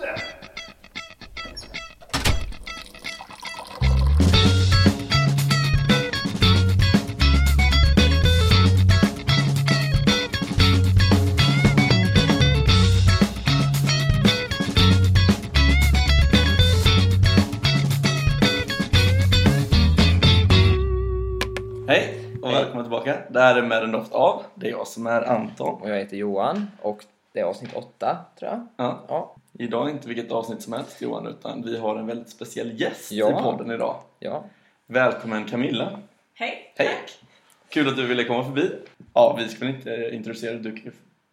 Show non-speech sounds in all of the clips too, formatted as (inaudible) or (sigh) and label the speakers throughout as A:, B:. A: det!
B: Hej och
C: Hej.
B: välkomna tillbaka. Det här är Med en doft av. Det är jag som är Anton.
C: Och jag heter Johan och det är avsnitt åtta, tror jag.
B: Ja.
C: Ja,
B: Idag är inte vilket avsnitt som helst Johan, utan vi har en väldigt speciell gäst
C: Ja.
B: i podden idag.
C: ja.
B: Välkommen Camilla.
D: Hej!
B: Hej! Kul att du ville komma förbi. Ja, vi ska väl inte eh, introducera dig. Du kan ju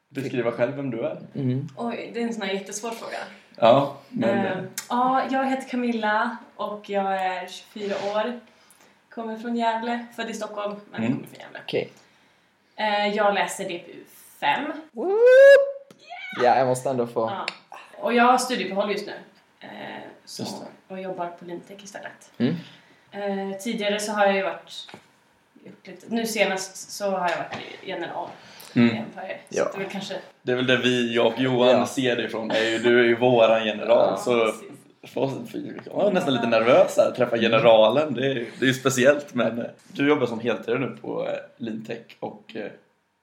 B: beskriva själv vem du är.
D: Oj, det är en sån här jättesvår fråga.
B: Ja, men...
D: Eh, Ja, jag heter Camilla och jag är 24 år. Kommer från Gävle, född i Stockholm men
B: Mm.
D: kommer från Gävle.
C: Okej.
D: Eh, Jag läser DPU 5
C: Woop! Ja, jag måste ändå få...
D: ja. och jag har studieuppehåll just nu eh, så,
B: Just
D: och jobbar på Lintec istället.
C: Mm.
D: Eh, Tidigare så har jag ju varit gjort lite, nu senast så har jag varit general
B: Mm.
D: i Empire. Så
C: Ja.
D: det är väl kanske...
B: Det är väl det vi, jag och Johan
C: Ja.
B: ser dig ifrån. Det är ju- Du är ju våran general.
C: Ja,
B: så
D: precis.
B: för oss, för jag är nästan lite nervös här, träffa generalen. Det är, det är ju speciellt. Men eh, du jobbar som heltidare nu på eh, Lintech och eh,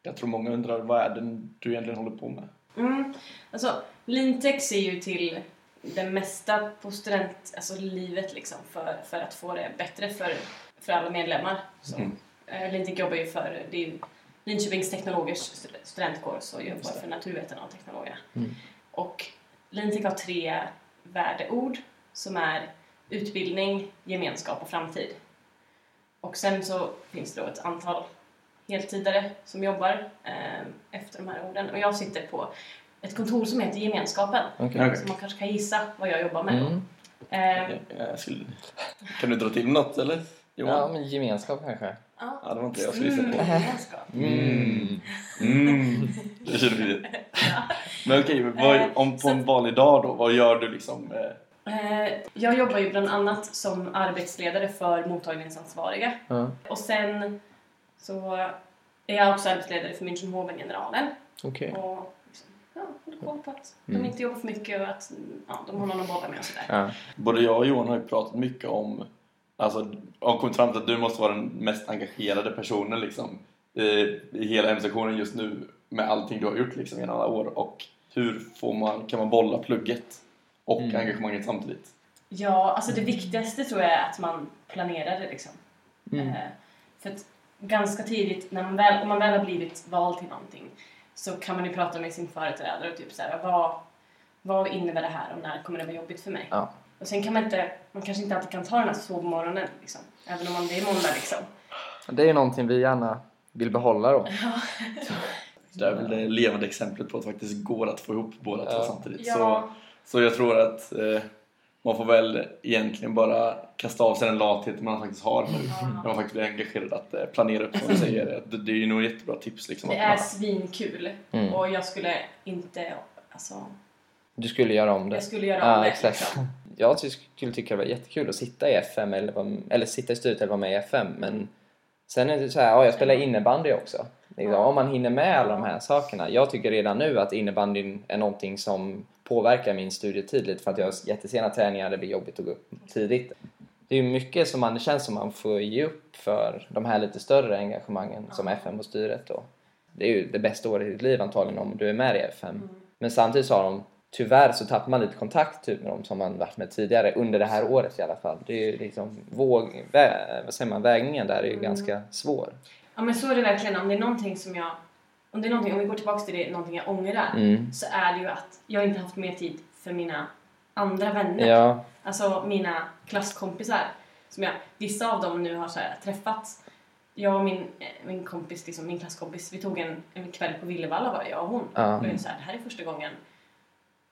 B: jag tror många undrar vad är det du egentligen håller på med?
D: Mm. Alltså, Lintex är ju till det mesta på student, alltså livet liksom, för, för att få det bättre för, för alla medlemmar. Så,
B: Mm.
D: eh, Lintex jobbar ju för, det är ju Linköpings teknologers stud- studentkår så
B: Just
D: jobbar
B: det.
D: för naturvetarna och teknologerna.
C: Mm.
D: Och Lintex har tre värdeord som är utbildning, gemenskap och framtid. Och sen så finns det då ett antal heltidare som jobbar eh, efter de här orden. Och jag sitter på ett kontor som heter Gemenskapen.
C: Okej.
B: Okej.
D: Så man kanske kan gissa vad jag jobbar med.
C: Mm.
D: Eh,
B: Jag skulle, kan du dra till något eller? Johan?
C: Ja,
B: Ja.
C: men gemenskap kanske.
D: ja.
B: ja, det var inte det jag skulle gissa på.
D: Mm, gemenskap.
B: Mm. Mm. Det känner vi. Men okej, men
D: Eh,
B: vad, om på
D: så-
B: en vanlig dag då, vad gör du liksom? eh,
D: Eh, jag jobbar ju bland annat som arbetsledare för mottagningsansvariga.
C: Ja.
D: Och sen så är jag också arbetsledare för Münchenhoven-generalen.
C: Okej.
D: Och liksom, ja, håller koll på att
C: Mm.
D: de inte jobbar för mycket och att ja, de har någon att bolla med och sådär.
C: Ja.
B: Både jag och Johan har ju pratat mycket om Alltså har kommit fram till att du måste vara den mest engagerade personen liksom i, i hela hemsektionen just nu med allting du har gjort liksom genom alla år och hur får man, kan man bolla plugget och
C: Mm.
B: engagemanget samtidigt?
D: Ja, alltså det viktigaste tror jag är att man planerar det liksom.
C: Mm.
D: Eh, För att ganska tidigt, när man väl, om man väl har blivit vald till någonting så kan man ju prata med sin företrädare och typ så här, vad, vad innebär det här och när kommer det vara jobbigt för mig?
C: Ja.
D: Och sen kan man inte, man kanske inte alltid kan ta den här sovmorgonen liksom. Även om man, det är måndag liksom.
C: Det är ju någonting vi gärna vill behålla då.
B: Det är väl det levande exemplet på att det faktiskt går att få ihop båda två
C: Ja.
B: samtidigt. Så, så jag tror att eh, man får väl egentligen bara kasta av sig den lathet man faktiskt har nu när man faktiskt blir engagerad att eh, planera upp som du säger. Det, det är ju nog ett jättebra tips liksom.
D: det
B: att man-
D: är svinkul
C: Mm.
D: och jag skulle inte, alltså,
C: Du skulle göra om det.
D: jag skulle göra om
C: Ja,
D: det.
C: exakt.
D: liksom.
C: Jag ty- skulle tycka det var jättekul att sitta i FM eller, vara- eller sitta i studiet eller vara med i FM men sen är det så här, ja jag spelar innebandy också. Liksom,
D: Ja.
C: Om man hinner med alla de här sakerna. Jag tycker redan nu att innebandyn är någonting som påverkar min studietid lite för att jag har jättesena träningar, det blir jobbigt att gå upp tidigt. Det är ju mycket som man, det känns som man får ge upp för de här lite större engagemangen som
D: Ja.
C: FM och styret då. Det är ju det bästa året i ditt liv antagligen om du är med i FM.
D: Mm.
C: Men samtidigt sa de tyvärr så tappar man lite kontakt typ, med dem som man varit med tidigare under det här året i alla fall. Det är ju liksom våg, vä, vad säger man, vägningen där är ju
D: Mm.
C: ganska svår.
D: Ja men så är det verkligen. Om det är någonting som jag... Om, det är någonting, om vi går tillbaka till det, någonting jag ångrar.
C: Mm.
D: Så är det ju att jag inte haft mer tid för mina andra vänner.
C: Ja,
D: Alltså mina klasskompisar. Som jag, vissa av dem nu har så här, träffats. Jag och min, eh, min kompis, liksom, min klasskompis, vi tog en, en kväll på Villevalla bara, jag och hon.
C: Ja.
D: Och jag är så här, det här är första gången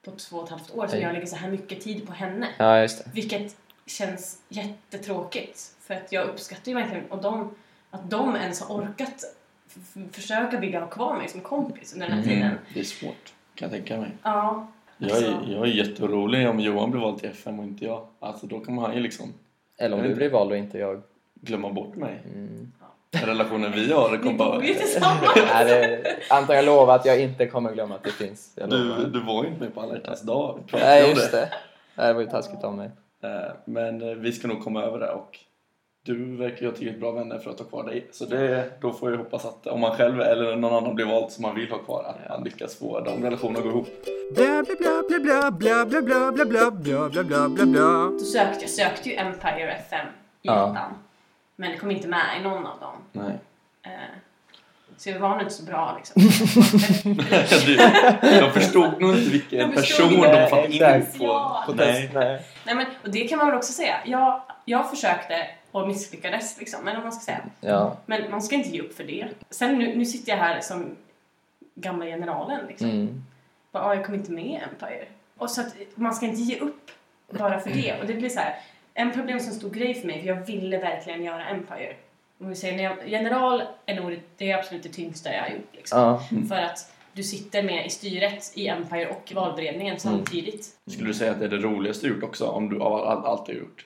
D: på två och ett halvt år som
C: Oj.
D: jag lägger så här mycket tid på henne.
C: ja just det.
D: Vilket känns jättetråkigt. För att jag uppskattar ju verkligen och de, att de ens har orkat f- f- försöka vilja ha kvar mig som kompis under den här
C: Mm.
D: tiden.
B: Det är svårt, kan jag tänka mig.
D: Ja.
B: Jag
D: Alltså,
B: är, jag är jätteorolig om Johan blir vald till FM och inte jag. Alltså då kommer han ju liksom
C: Eller om
B: Jag
C: du
B: vet
C: blir vald och inte jag.
B: glömma bort mig.
C: Mm.
B: relationen vi har
D: Ni
B: kom
D: bor
B: bara...
D: ju tillsammans.
C: Nej, det, Anton, jag lovar att jag inte kommer glömma att det finns. Jag
B: Du,
C: lovar.
B: du var ju inte med på alla hjärtans dag. Vi pratade
C: Nej,
B: om
C: just det. Nej, det var ju taskigt av mig.
B: Eh, Men eh, vi ska nog komma över det och du verkar ju ha tillräckligt bra vänner för att ha kvar dig. Så det, då får jag hoppas att om man själv eller någon annan blir vald som man vill ha kvar, att man lyckas få de relationerna att gå ihop.
A: Blah blah blah blah blah blah blah blah blah blah blah blah
D: (laughs)
A: blah.
D: Då sökte jag sökte ju Empire FM i
C: Ja.
D: ettan. Men det kom inte med i någon av dem.
B: Nej.
D: Eh, Så jag var nog inte så bra liksom.
B: (laughs) Du, de förstod nog inte vilken
D: De förstod
B: person de
D: inte.
B: hade fått
C: Exakt.
B: in på,
D: Ja.
B: på
C: Nej.
B: test.
C: Nej.
D: Nej, men, och det kan man väl också säga. Jag, jag försökte och misslyckades liksom. Eller vad man ska säga.
C: Ja.
D: Men man ska inte ge upp för det. Sen nu, nu sitter jag här som gamla generalen liksom.
C: Mm.
D: Bara, ah, jag kom inte med i Empire. Och så att man ska inte ge upp bara för det. Och det blir så här, en problem som stor grej för mig, för jag ville verkligen göra Empire. Om vi säger, när jag, general är nog det- det är absolut det tyngsta jag har gjort. Liksom.
C: Ja.
D: För att du sitter med i styret i Empire och i
C: Mm.
D: valberedningen samtidigt.
B: Skulle du säga att det är det roligaste du gjort också, om du av allt, allt du har gjort?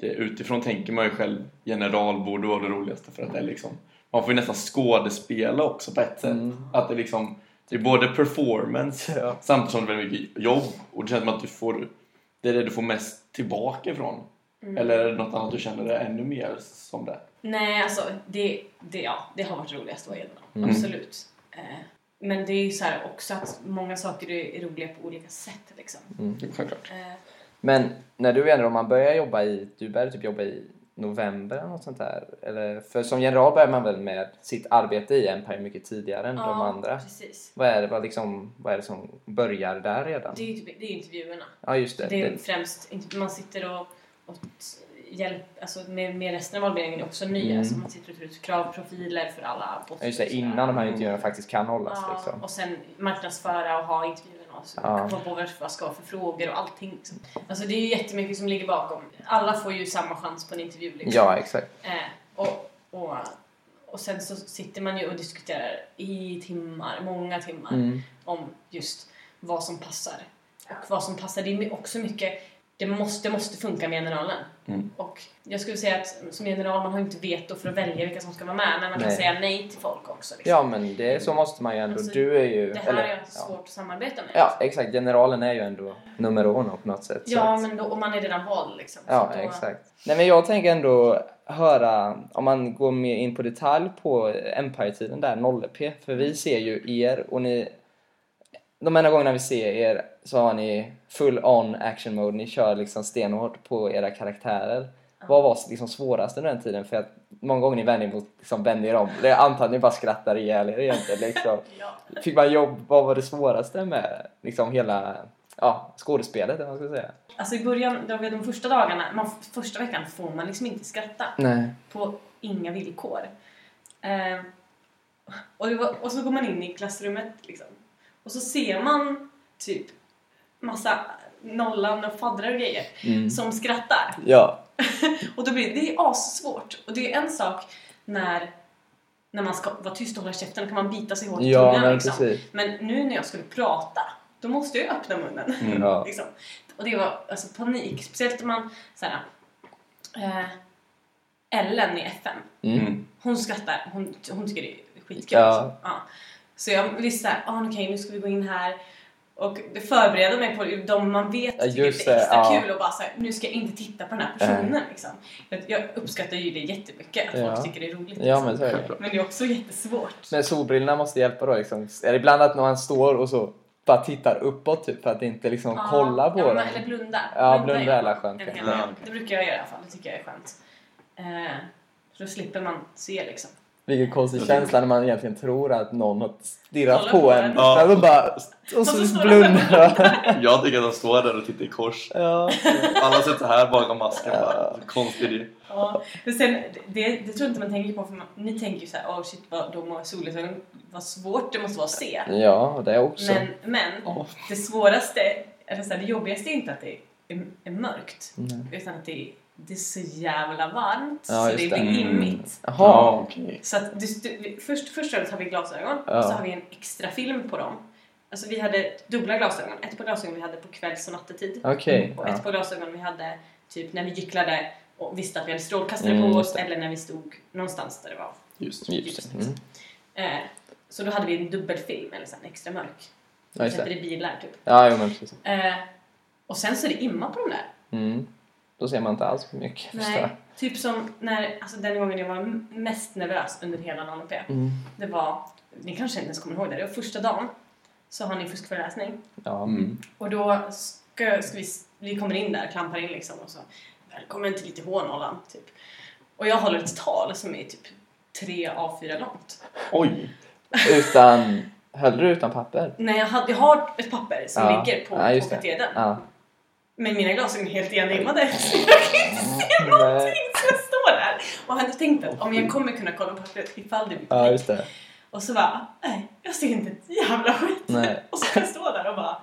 B: Det, utifrån tänker man ju själv, general borde vara det roligaste för att det är liksom, man får ju nästan skådespela också på ett sätt.
C: Mm.
B: Att det liksom, det är både performance
C: Ja.
B: samtidigt som det är väldigt mycket jobb och det känns som att du får, det är det du får mest tillbaka ifrån. Eller är det något annat du känner är ännu mer som det?
D: Nej, alltså det, det, ja, det har varit roligast att vara general.
C: Mm.
D: Absolut. Eh, men det är ju så här också att många saker är roliga på olika sätt. Liksom.
C: Mm,
B: Självklart.
D: Eh,
C: Men när du är general, man börjar jobba i, du började typ jobba i november eller något sånt där? Eller, för som general börjar man väl med sitt arbete i Empire mycket tidigare än de andra?
D: precis.
C: Vad är, det, vad, liksom, vad är det som börjar där redan?
D: Det är, ju typ, det är ju intervjuerna.
C: ja, just det.
D: Det är
C: det-
D: främst, inte- man sitter och, och t- hjälp, alltså med, med resten av valberedningen är också ny.
C: Mm.
D: Alltså man sitter och tar ut kravprofiler för alla
C: ja,
D: poster.
C: just det,
D: och sådär.
C: innan de här intervjuerna faktiskt kan hållas.
D: Ja,
C: Liksom.
D: och sen marknadsföra och ha intervjuerna och så-
C: Ja.
D: komma på vad vad ska vara för frågor och allting. Liksom. Alltså det är ju jättemycket som ligger bakom. Alla får ju samma chans på en intervju. Liksom.
C: Ja, exakt.
D: Eh, och, och, och sen så sitter man ju och diskuterar i timmar, många timmar
C: Mm.
D: om just vad som passar. Och vad som passar, det är också mycket, det måste, måste funka med generalen.
B: Mm.
D: Och jag skulle säga att som general, man har ju inte veto för att välja vilka som ska vara med, men man kan
C: Nej.
D: säga nej till folk också. Liksom.
C: Ja, men det, så måste man ju ändå.
D: Alltså,
C: du är ju...
D: det här
C: eller,
D: är ju
C: ja.
D: svårt att samarbeta med.
C: ja, exakt. Generalen är ju ändå nummer uno på något sätt. så
D: Ja,
C: att-
D: men då, och man är redan vald liksom.
C: Ja,
D: Så då-
C: exakt. Nej, men jag tänker ändå höra, om man går mer in på detalj på Empire-tiden där, 0P. För
D: Mm.
C: vi ser ju er och ni... De enda gångerna vi ser er så har ni full on action mode. Ni kör liksom stenhårt på era karaktärer. Vad var liksom svårast under den tiden? För att många gånger ni vände er mot, liksom vände er om. Jag antar att ni bara skrattar ihjäl er egentligen. Liksom.
D: Ja.
C: Fick man jobb, vad var det svåraste med liksom hela ja, skådespelet? Eller vad man ska säga?
D: Alltså i början, de, de första dagarna, man, första veckan får man liksom inte skratta.
C: Nej.
D: på inga villkor. Eh, och, det var, och så går man in i klassrummet liksom. Och så ser man typ massa nollan och faddrar och grejer
C: Mm.
D: som skrattar.
C: Ja.
D: Och då blir det, det är assvårt. Och det är en sak när, när man ska vara tyst och hålla käften, då kan man bita sig hårt i
C: Ja,
D: tungan
C: men
D: liksom.
C: precis.
D: Men nu när jag skulle prata, då måste jag ju öppna munnen.
C: Ja.
D: (laughs) Liksom. Och det var alltså, panik. Speciellt om man såhär... Eh, Ellen i FM.
C: Mm.
B: Mm.
D: Hon skrattar. Hon, hon tycker det är skitkul.
C: Ja.
D: Liksom. Ja. Så jag visste såhär, ah, okej nu ska vi gå in här. Och förbereda mig på de man vet
C: Ja,
D: tycker
C: just
D: det är
C: det,
D: extra
C: ja.
D: kul och bara såhär, nu ska jag inte titta på den här personen liksom. Jag- Jag uppskattar ju det jättemycket att
C: Ja.
D: folk tycker det är roligt.
C: ja,
D: liksom.
C: men så är det.
B: Självklart.
D: men det är också jättesvårt.
C: Men solbrillorna måste hjälpa då liksom. Är det ibland att någon står och så bara tittar uppåt typ för att inte liksom
D: Ja,
C: kolla på
D: ja, men-
C: den?
D: Eller blunda.
C: Ja, blunda
D: gör
C: är alla
D: man
C: skönt,
D: en
C: ja.
D: hel del.
B: Ja, okej.
D: Det brukar jag göra i alla fall. Det tycker jag är skönt. Eh, så då slipper man se liksom.
C: Vilken konstig känsla när man egentligen tror att någon har stirrat
D: Kolla
C: på,
D: på
C: en.
D: en.
B: Ja.
C: Och,
D: (laughs)
C: bara, och
D: så
C: så
D: står
C: blundar man.
B: Jag tycker att de står där och tittar i kors.
C: Ja.
B: Alla sitter här bakom masken bara. Konstig idé.
D: Ja. Men sen, det, det tror jag inte man tänker på för man, ni tänker ju såhär, åh shit vad de har solglasögon, vad svårt det måste vara att se.
C: ja, det också.
D: Men, men
B: Ja.
D: det svåraste, eller så här, det jobbigaste är inte att det är, är mörkt
C: Nej.
D: utan att det är, det är så jävla varmt
C: Ja,
D: så
C: just
D: det
C: det.
D: blir
B: Mm.
D: dimmigt.
C: Jaha.
B: okej.
D: Så att du, du, vi- först, först har vi glasögon
C: Ja.
D: och så har vi en extra film på dem. Alltså vi hade dubbla glasögon. Ett par glasögon vi hade på kvälls och nattetid.
C: Okej.
D: Och
C: Ja.
D: ett par glasögon vi hade typ när vi gycklade och visste att vi hade strålkastare
C: Mm,
D: på
C: just
D: oss eller när vi stod någonstans där det var
B: Just.
C: Ljus. Mm.
D: Eh, så då hade vi en dubbelfilm, eller så här, en extra mörk.
C: Ja,
D: Vi
C: just
D: sätter
C: det.
D: i bilar typ.
C: Ja, jo, men precis.
D: Eh, och sen så är det imma på de där.
C: Mm. Då ser man inte alls mycket. förstår
D: Nej, typ som när, alltså den gången jag var m- mest nervös under hela NANP.
C: jag. Mm.
D: Det var, ni kanske inte ens kommer ihåg det, det var första dagen så har ni fuskföreläsning
C: Ja.
B: Mm.
D: och då ska, ska vi, vi kommer in där, klampar in liksom och så välkommen till lite H0 typ. Och jag håller ett tal som är typ 3 A4 långt.
B: Oj!
C: Utan... Höll du utan papper?
D: Nej, jag, hade, jag har ett papper som
C: Ja.
D: ligger på,
C: Ja,
D: på
C: just det.
D: katedern.
C: Ja.
D: Men mina glasögon är helt igenlimmade så jag kan inte se
B: Mm. (laughs)
D: någonting som (laughs) jag står där. Och jag hade tänkt att om jag kommer kunna kolla på pappret ifall det blir
C: ja,
D: panik.
C: just det.
D: Och så bara, nej, jag ser inte ett jävla skit.
C: Nej.
D: (laughs) Och så kan jag stå där och bara,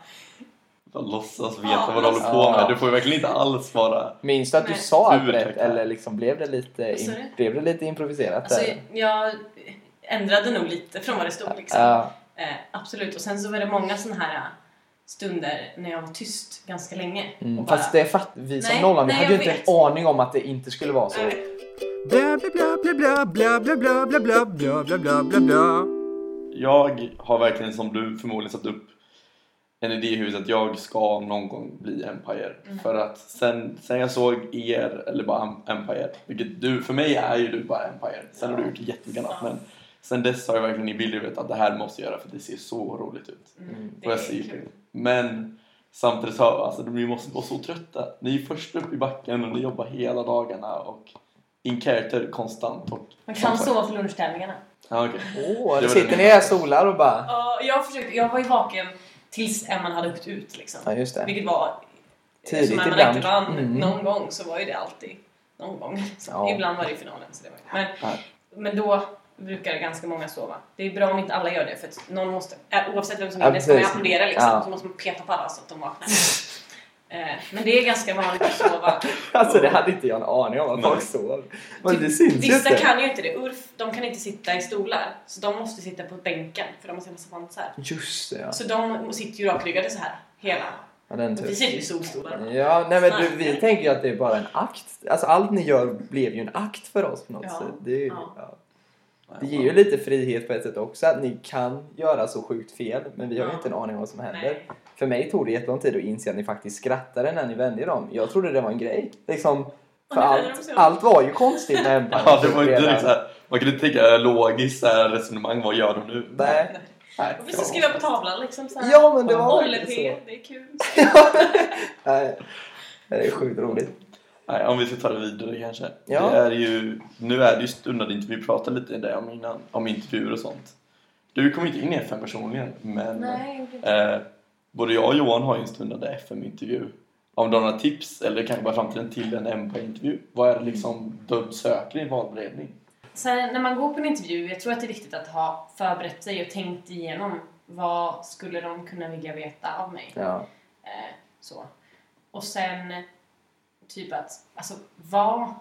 B: Bara låtsas
D: Ja,
B: veta vad du håller på
C: låtsas.
B: med. Du får ju verkligen inte alls vara...
C: Minns du att du
D: Nej.
C: sa allt
B: Sur,
C: rätt
B: tackar.
C: eller liksom blev det lite,
D: Vad sa
C: im-
D: du?
C: blev det lite improviserat?
D: alltså
C: där?
D: jag ändrade nog lite från vad det stod liksom.
C: Ja,
D: Eh, absolut. Och sen så var det många sådana här eh, stunder när jag var tyst ganska länge.
C: mm.
D: och bara,
C: Fast det fatt, vi som
D: Nej,
C: nollan, vi
D: nej,
C: hade ju
D: jag
C: inte
D: vet.
C: en aning om att det inte skulle vara så.
D: Nej.
A: Bla bla bla bla bla bla bla bla bla bla bla bla bla bla.
B: Jag har verkligen som du förmodligen satt upp en idé i huvudet att jag ska någon gång bli Empire. För att sen, sen jag såg er, eller bara Em- Empire, vilket du, för mig är ju du bara Empire. Sen har du gjort jättemycket annat men sen dess har jag verkligen i bildhuvudet att det här måste jag göra för det ser så roligt ut.
D: Mm, det
B: Och
D: är
B: jag ser ju
D: kul.
B: det. Men samtidigt så, alltså ni måste vara så trötta. Ni är först upp i backen och ni jobbar hela dagarna och in character konstant. Och
D: Man kan sova för lunchtävlingarna.
B: Ja, okej.
C: Åh,
B: Det
C: då
B: var
C: sitter
B: det.
C: ni i era solar och bara...
D: Ja, jag, försökte, jag var ju vaken tills Emman hade åkt ut liksom.
C: Ja, just det.
D: Vilket var...
C: Tidigt
D: som Emman
C: ibland.
D: inte vann
C: Mm.
D: någon gång så var ju det alltid någon gång. (laughs) Så
C: Ja.
D: Ibland var det ju finalen. Så det var ju. Men,
B: Ja.
D: men då brukar ganska många sova. Det är bra om inte alla gör det för att någon måste, äh, oavsett vem som
C: Ja,
D: vinner så kommer jag
C: precis.
D: applådera liksom.
C: Ja.
D: Så måste man peta på alla så att de vaknar. (laughs) Eh, men det är ganska vanligt att sova.
C: (laughs) Alltså det hade inte jag en aning om att folk
B: Nej.
C: sov. (laughs) Men det syns ju
D: Typ Vissa
C: inte.
D: kan ju inte det. Urf, de kan inte sitta i stolar. Så de måste sitta på bänken för de har sina savansar.
C: Just det, ja.
D: Så de sitter ju rakryggade så här hela.
C: ja den
D: Och
C: tur.
D: vi sitter ju i solstolar.
C: Ja, nej men du, vi
D: Snackar.
C: tänker ju att det är bara en akt. Alltså allt ni gör blev ju en akt för oss på något
D: Ja.
C: sätt. Det, är ju,
D: Ja.
C: ja. det ger ju lite frihet på ett sätt också att ni kan göra så sjukt fel men vi har ju
D: Ja.
C: inte en aning om vad som händer.
D: Nej.
C: För mig tog det jättelång tid att inse att ni faktiskt skrattade när ni vände er om. Jag trodde det var en grej. Liksom, för
D: nu vände de
C: allt,
D: sig om.
C: allt var ju
B: (laughs)
C: konstigt med Empire.
B: Ja, det var ju inte
C: Redan-
B: liksom såhär, man kunde inte tänka logiskt såhär, resonemang, vad gör de nu?
C: Nej.
B: Nej.
D: Varför ska skriva på tavlan liksom såhär?
C: Ja, men det var
D: Olle
C: verkligen
D: P,
C: så.
D: det
C: (laughs)
D: är kul.
C: Nej. Det är sjukt roligt.
B: Nej, om vi ska ta det vidare kanske.
C: Ja.
B: Det är ju, nu är det ju stundande intervju, vi pratade lite om det om innan, om intervjuer och sånt. Du kom inte in i FN personligen, men
D: Nej, det
B: eh, både jag och Johan har ju en stundande FM-intervju. Om du har några tips, eller kanske bara framtiden till en MP-intervju. Vad är det liksom du söker i en valberedning?
D: Sen när man går på en intervju, jag tror att det är viktigt att ha förberett sig och tänkt igenom vad skulle de kunna vilja veta av mig?
C: Ja.
D: Eh, så. Och sen typ att, alltså var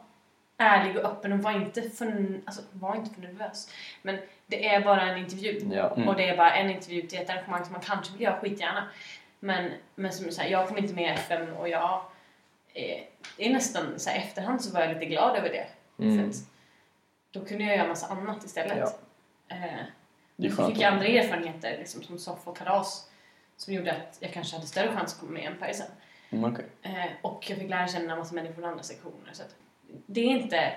D: ärlig och öppen och var inte för, alltså, var inte för nervös. Men det är bara en intervju.
C: Ja.
B: Mm.
D: Och det är bara en intervju till ett arrangemang som man kanske vill göra skitgärna. Men, men som du säger, jag kom inte med i FM och jag eh, det är nästan så här, efterhand så var jag lite glad över det.
C: Mm.
D: För att då kunde jag göra massa annat istället.
C: Ja.
D: Eh,
B: Det är
D: så
B: skönt.
D: fick jag andra erfarenheter liksom, som soff och kalas som gjorde att jag kanske hade större chans att komma med i Empire sen.
B: Mm, okej.
D: Eh, och jag fick lära känna en massa människor från andra sektioner. Så att det är inte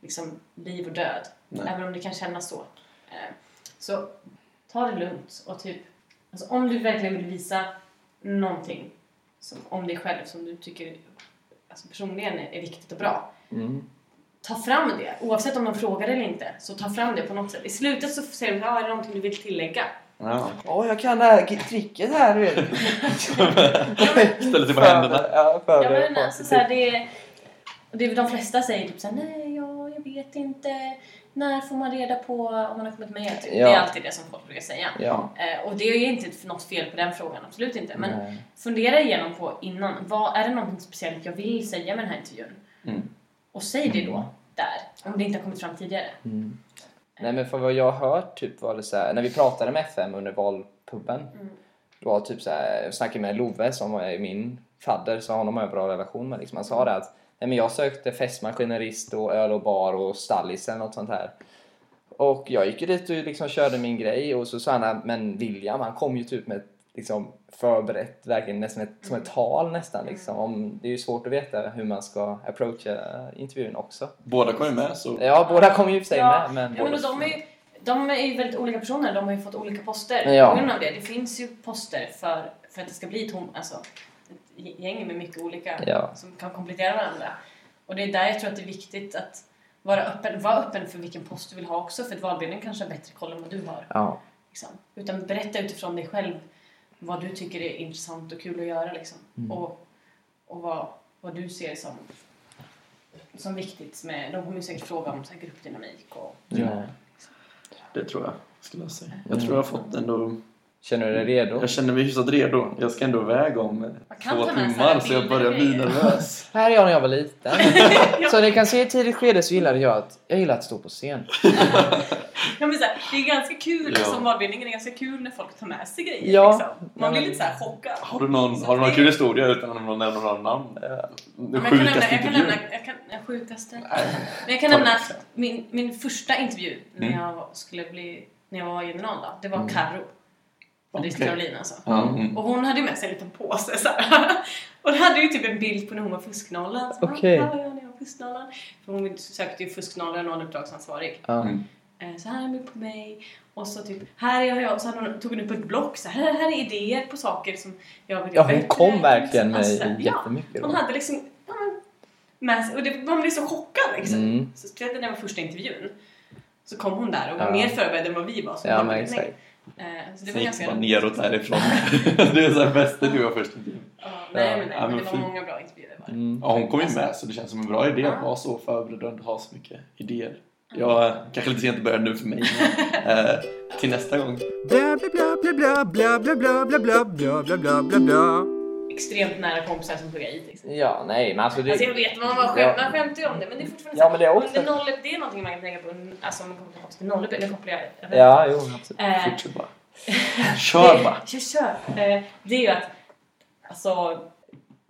D: liksom liv och död,
B: Nej.
D: även om det kan kännas så. Eh, så ta det lugnt och typ, alltså om du verkligen vill visa någonting som, om dig själv som du tycker alltså personligen är, är viktigt och bra.
C: Mm.
D: Ta fram det, oavsett om de frågar eller inte. Så ta fram det på något sätt. I slutet så säger de, ja, är det någonting du vill tillägga?
B: Ja.
C: Åh, jag kan det här tricket här du vet.
B: (laughs) Ställer sig på händerna.
C: Ja, för
D: Ja men alltså såhär, det är... och Det är väl de flesta säger typ såhär, nej ja, jag vet inte. När får man reda på om man har kommit med? Typ.
C: Ja.
D: Det är alltid det som folk brukar säga.
C: Ja.
D: Eh, och det är ju inte något fel på den frågan, absolut inte. Men
C: Nej.
D: fundera igenom på innan, vad är det någonting speciellt jag vill säga med den här intervjun?
B: Mm.
D: Och säg det då, där. Om det inte har kommit fram tidigare.
C: Mm. Nej men för vad jag har hört typ var det så här, när vi pratade med FM under valpubben
D: Mm.
C: det var typ så här, jag snackade med Love som är min fadder så honom har jag bra relation med liksom. Han
D: Mm.
C: sa det att nej men jag sökte festmaskinerist och öl och bar och stallis eller något sånt här. Och jag gick ju dit och liksom körde min grej och Susanna, men William han kom ju typ med ett, liksom förberett, verkligen nästan ett, som ett
D: Mm.
C: tal nästan liksom. Om, det är ju svårt att veta hur man ska approacha intervjun också.
B: Båda kom ju med så...
C: Ja, båda kom ju i och för sig
D: Ja,
C: med. Men
D: Ja, men och de, är ju, de är ju väldigt olika personer, de har ju fått olika poster
C: Ja.
D: på grund av det. Det finns ju poster för, för att det ska bli tom, alltså, ett gäng med mycket olika
C: Ja.
D: som kan komplettera varandra. Och det är där jag tror att det är viktigt att vara öppen, vara öppen för vilken post du vill ha också för att valberedningen kanske har bättre koll än vad du har.
C: Ja,
D: Liksom. Utan berätta utifrån dig själv vad du tycker är intressant och kul att göra. Liksom.
C: Mm.
D: Och, och vad, vad du ser som, som viktigt. Med, de kommer ju säkert fråga om så här, gruppdynamik och
C: ja.
B: Det tror jag, skulle jag säga. Jag tror jag har fått ändå...
C: Känner du dig redo?
B: Jag känner mig hyfsat redo. Jag ska ändå iväg om
D: Man kan
B: två
D: ta med sig
B: timmar
D: alla
B: så jag
D: bilder
B: börjar
D: och
B: bli
D: grejer.
B: nervös.
C: Här är jag när jag var
D: (laughs)
C: liten. Som ni kan se i ett tidigt skede så gillade jag att, jag gillade att stå på scen.
D: Ja, men så här, det är ganska kul,
B: Ja.
D: som valbildningen är ganska kul när folk tar med sig grejer.
C: Ja.
D: Liksom. Man blir
C: Ja.
D: lite så här chockad.
B: Har du någon, har du någon kul historia utan att nämna några namn? Den
D: Men jag kan nämna,
B: sjukaste
D: jag kan nämna,
B: intervjun?
D: jag kan, den sjukaste.
B: Nej.
D: Men jag kan
B: Ta det
D: nämna
B: sen.
D: att min, min första intervju när
B: Mm.
D: jag skulle bli, när jag var general då, det var Carro. Och det är
B: Okej.
D: Caroline alltså.
B: Ja, mm.
D: Och hon hade ju med sig en liten påse så här. (laughs) Och då hade ju typ en bild på när hon var fusknollan. Så,
C: Okej.
D: "Ah, Ja, när jag var fusknollan. För hon sökte ju fusknollan och en uppdragsansvarig.
C: Ja.
B: Mm.
D: Eh, Så här är en bild på mig. Och så typ, här är jag. Så hade hon, tog hon upp ett block så här, här är idéer på saker som jag vill
C: Ja,
D: göra
C: hon
D: bättre.
C: kom verkligen med
D: Alltså, ja.
C: jättemycket
D: Hon
C: då.
D: hade liksom ja, men, med sig, och det, man blev så chockad liksom.
C: Mm.
D: Så speciellt när det var första intervjun. Så kom hon där och var
C: Ja.
D: mer förberedd än vad vi var. Så
C: Ja,
D: hon
C: men
D: var väldigt
C: exakt.
D: nöjd. Eh, Så
B: Sen
D: det var
B: gick det
D: ganska...
B: bara neråt därifrån. (laughs) det är såhär bästa du har först intervju.
D: Ja, nej, men, nej,
B: Ja,
D: men
B: men
D: det var
B: fint.
D: många bra intervjuer. Var. det.
C: Mm.
B: Ja, hon kom
D: Alltså-
B: ju med så det känns som en bra idé att vara så förberedd och inte ha så mycket idéer.
D: Mm.
B: Jag eh, kanske lite sent att börja nu för mig. Men,
D: (laughs)
B: eh, till nästa gång.
A: Bla bla bla bla bla bla bla bla bla bla bla bla bla bla.
D: Extremt nära kompisar som tog i. Liksom.
C: Ja, nej men alltså det...
D: Alltså jag vet man var
C: Ja.
D: skämt, man skämtar ju om det men det är fortfarande
C: Ja,
D: så-
C: men det är också-
D: under noll, det är någonting man kan tänka på, alltså om man kommer tillbaka till nollup, eller kopplar jag jag vet
C: Ja, jo absolut.
D: Eh,
B: Fortsätt bara. Kör
D: (laughs)
B: bara!
D: Kör, kör. Eh, det är ju att alltså,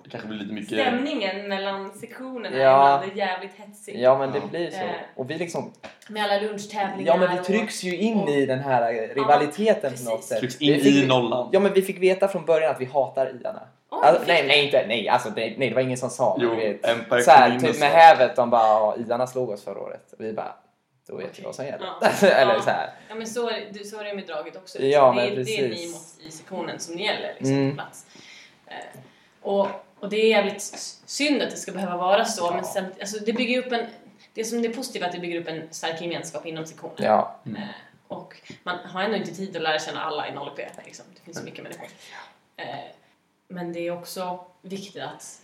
B: Det kanske blir lite mycket...
D: stämningen mellan sektionerna
C: Ja.
D: är ibland jävligt hetsig.
C: Ja men det
B: Ja.
C: blir så.
D: Eh.
C: Och vi liksom...
D: Med alla lunchtävlingar
C: Ja men vi trycks ju in i den här eh, rivaliteten på något
D: precis.
C: sätt.
B: Trycks in
C: Vi fick-
B: i nollan.
C: Ja men vi fick veta från början att vi hatar Iarna.
D: och,
C: Alltså, nej, nej, inte, nej, alltså, det, nej, det var ingen som sa det.
B: Jo,
C: du vet.
B: Empire
C: Så här,
B: kom in och
C: typ
B: sa-
C: med hävet, de bara "Ja, Iarna slog oss förra året. Vi bara, då vet vi
D: Okej.
C: vad som gäller. (laughs)
D: Ja.
C: Eller
D: Ja.
C: så här.
D: Ja men så är, det- så är det med draget också.
C: Ja,
D: liksom.
C: men
D: det, är, det är
C: precis.
D: ni mot i sektionen som det gäller liksom,
C: Mm.
D: på plats. Eh, och, och det är jävligt s- synd att det ska behöva vara så
C: Ja.
D: men sen, alltså, det bygger ju upp en det som det är positiva är att det bygger upp en stark gemenskap inom sektionen.
C: Ja.
D: Eh, och man har ändå inte tid att lära känna alla i 0P. Liksom. Det finns så mycket människor. Eh, men det är också viktigt att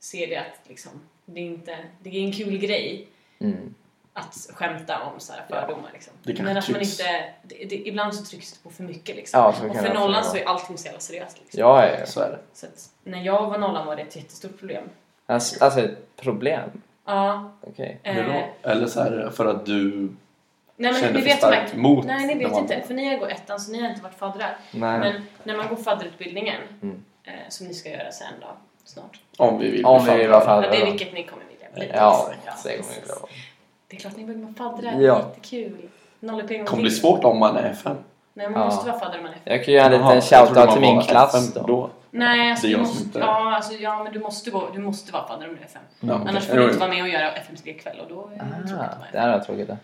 D: se det att liksom, det, är inte, det är en kul grej
C: Mm.
D: att skämta om så här fördomar. Liksom.
B: Det kan
D: Men att man
B: trycks.
D: inte, det, det, ibland så trycks det på för mycket. Liksom.
C: Ja, så kan
D: och
C: det
D: för
C: absolut vara.
D: nollan så är allting så jävla seriöst. Liksom.
C: Ja, ja, ja.
B: Så är det.
D: Så att, när jag var nollan var det ett jättestort problem.
C: Alltså, alltså ett problem.
D: Ja,
C: Okej.
D: eh,
B: Hur då? Eller så här för att du
D: nej, men,
B: kände
D: ni
B: för
D: vet de här-
B: starkt mot
D: Nej, ni vet
B: de
D: inte.
B: andra.
D: För ni har gått ettan så ni har inte varit faddrar.
C: Nej.
D: Men när man går fadderutbildningen,
C: Mm.
D: eh, som ni ska göra sen då, snart.
B: Om vi vill
C: Om vi
B: bli
C: vill vara
D: Ja,
C: faddrar.
D: det är
C: då.
D: vilket ni kommer vilja bli.
C: Ja,
D: Ja,
C: det kommer vi
D: precis.
C: vilja vara.
D: Det är klart ni börjar med faddrar,
C: Ja.
D: jättekul. Noll pengar
B: kommer bli svårt om man är fem.
D: Nej, man
C: Ja.
D: måste vara fadder om man är
C: Jag kan göra en
B: Jaha,
C: liten
B: jag trodde man
C: shoutout till min
B: var
C: klass
B: FM
C: då.
D: Nej, alltså,
B: Det är
D: du
B: jag som
D: måste,
B: inte är.
D: ja, alltså, ja, men du måste, gå, du måste vara fadder om du är fem.
B: Ja, okej.
D: Annars får du inte vara med och göra FMC-kväll och då är det tråkigt
C: Mm. Ah,
D: att
C: det
D: vara med.
C: här var tråkigt. det.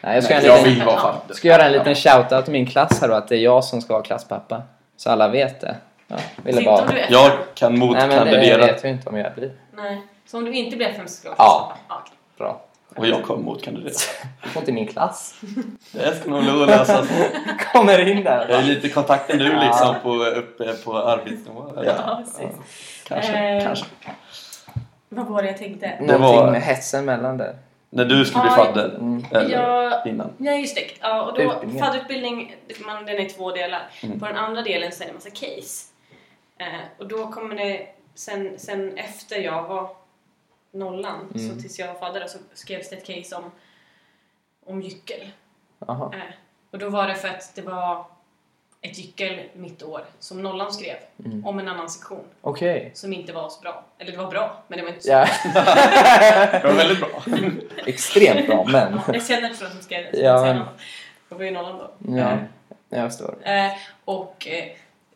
C: Nej, jag ska,
B: Nej,
C: göra
B: Jag
C: en
B: vill
C: liten,
B: vara fadder.
C: jag ska göra en liten shoutout till min klass här då, att det är jag som ska vara klasspappa. Så alla vet det. Ja, ville
D: Så inte
C: bara...
D: om du är fem.
B: Jag kan
C: Nej men det
B: motkandidera
C: vet vi inte om jag blir.
D: Nej. Så om du inte blir fem så ska du
C: Ja.
D: ja, okej.
C: Bra.
B: och jag kommer
C: (laughs)
B: motkandidera.
C: Du får inte min klass. (laughs)
B: Det ska nog lösas.
C: Kommer in där.
B: Jag är lite i kontakten nu
C: Ja.
B: liksom på, uppe på arbetsnivå. eller?
D: Ja, precis.
B: Kanske,
D: Eh,
B: kanske.
D: Vad var det jag tänkte?
C: Någonting
B: var-
C: med hetsen mellan där.
B: När du skulle bli
D: Ja,
B: fadder. Eller
D: Jag
B: innan.
D: Nej, just det. Ja, och då,
C: Utbildningen.
D: fadderutbildning, det- man- den är i två delar.
B: Mm.
D: På den andra delen så är det en massa case. Eh, och då kommer det, sen, sen efter jag var nollan,
C: Mm.
D: så tills jag var fadder, då, så skrevs det ett case om, om gyckel.
C: Jaha.
D: Eh, och då var det för att det var ett gyckel mitt år som Nollan skrev
C: Mm.
D: om en annan sektion
C: Okej.
D: som inte var så bra. Eller det var bra, men det var inte så
C: Ja. (laughs)
B: Det var väldigt bra.
C: Extremt bra, men...
D: (laughs) Ja, jag känner för de som skrev det. så
C: Ja,
D: jag säger
C: men-
D: något. Det var ju Nollan då.
C: Ja, jag förstår.
D: Eh, och eh,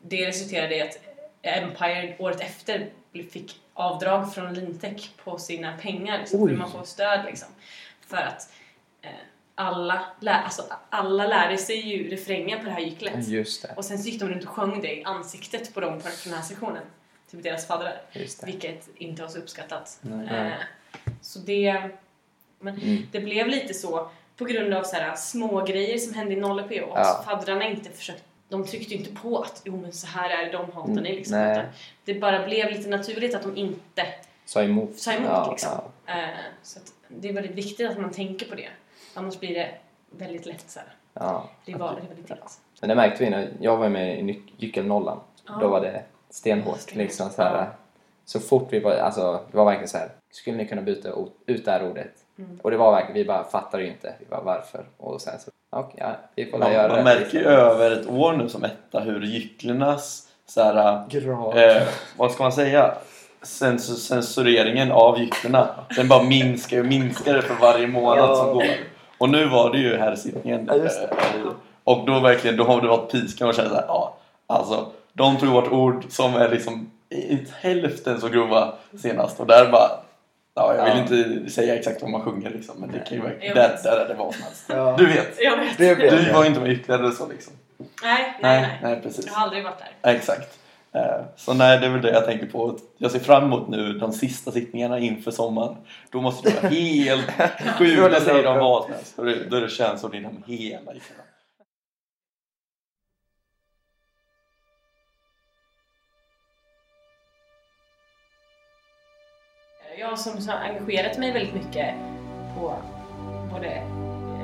D: det resulterade i att Empire året efter fick avdrag från Lintec på sina pengar. Liksom,
C: Oj.
D: för man får stöd liksom. För att eh, alla, lä- alltså, alla lärde sig ju refrängen på det här gycklet.
C: Just det.
D: Och sen så gick de runt och sjöng det i ansiktet på dem på den här sektionen. Typ deras faddrar.
C: Just det.
D: Vilket inte var så uppskattat.
C: Nej.
D: Eh, så det... Men
C: Mm.
D: det blev lite så på grund av så här, små grejer som hände i 0P och
C: Ja.
D: faddrarna Alltså, inte försökt de tryckte ju inte på att jo men så här är det, de hatar ni
C: Mm,
D: liksom.
C: nej.
D: Utan det bara blev lite naturligt att de inte
C: Sa emot.
D: sa emot
C: Ja,
D: liksom.
C: ja.
D: Eh, så att det är väldigt viktigt att man tänker på det. Annars blir det väldigt lätt så här,
C: Ja.
D: rival, rivalitet.
C: Men det märkte vi när jag var med i ny- Gyckelnollan.
D: Ja.
C: Då var det stenhårt.
D: Stenhårt.
C: Liksom så, här,
D: Ja.
C: så fort vi var... Alltså, det var verkligen så här. Skulle ni kunna byta o- ut det här ordet?
D: Mm.
C: Och det var verkligen... Vi bara fattade ju inte. Vi bara varför? Och sen så... Okej, ja, vi får väl
B: Man,
C: göra
B: man
C: det.
B: märker ju över ett år nu som etta hur gycklernas så här,
C: Grad.
B: eh, vad ska man säga? Cens- censureringen av gycklerna. Den bara minskar och minskar för varje månad
C: Ja.
B: som går. Och nu var det ju här sittningen.
C: Ja, just det.
B: eh, Och då verkligen, då har det varit piskan och känt såhär, ja. Alltså, de tog bort ord som är liksom inte hälften så grova senast. Och där bara, ja jag
C: Ja.
B: vill inte säga exakt vad man sjunger liksom. Men det kan ju verkligen,
D: Jag
B: där,
D: vet.
B: där är det vad som helst.
C: Ja.
B: Du vet.
D: Jag vet.
C: Det blev-
B: Du var ju inte med ytterligare så liksom.
D: (laughs) Nej, nej,
B: Nej,
D: nej.
B: nej precis.
D: Jag har aldrig varit där.
B: Exakt. Eh, Så nej, det är väl det jag tänker på. Jag ser fram emot nu de sista sittningarna inför sommaren. Då måste det vara
C: (laughs)
B: helt sjukt.
C: Då är det
B: Då säger
C: bra.
B: de vad som helst. Då är det- då är det känslor inom hela ikväll.
D: Jag som som har engagerat mig väldigt mycket på både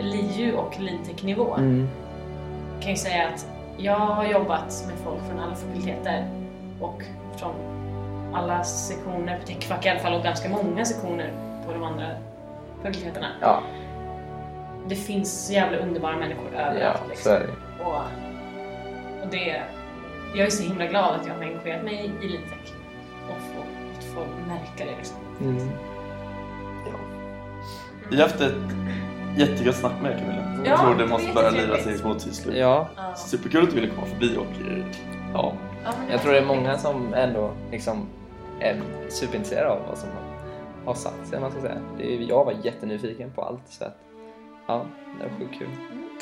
D: LiU och Lintec-nivå.
C: Mm.
D: E kan ju säga att jag har jobbat med folk från alla fakulteter och från alla sektioner på Techfack i alla fall och ganska många sektioner på de andra fakulteterna.
C: Ja,
D: Det finns så jävla underbara människor
C: ja,
D: överallt.
C: så
D: liksom.
C: är det.
D: och, och det, jag är så himla glad att jag har engagerat mig i Lintec och få- att få märka det. Liksom.
C: Mm.
B: Vi har haft ett jättegött snack med er Camilla.
D: Ja,
B: jag tror
D: det
B: det
D: var
B: måste börja lira
D: jättetrevligt.
B: sig mot sitt slut.
C: Ja,
D: Ja.
B: Superkul att du ville komma förbi och eh, ja,
D: Ja, men det
C: Jag
D: var
C: tror det är
D: så
C: många som ändå liksom är superintresserade av vad som har- har sagts. eller vad Man ska säga. Det är, jag var jättenyfiken på allt. Så att, ja, det var sjukt kul.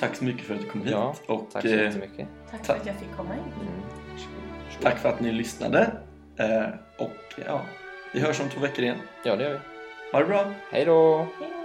B: tack så mycket för att du kom hit.
C: Ja,
B: och
C: Tack så
B: eh,
C: jättemycket.
D: Tack för att jag fick komma in.
C: Mm. 아,
B: tack för att ni lyssnade. Eh, Och ja, vi hörs om två veckor igen.
C: Ja, det gör vi.
B: Ha det bra!
C: Hej då!
D: Hej då!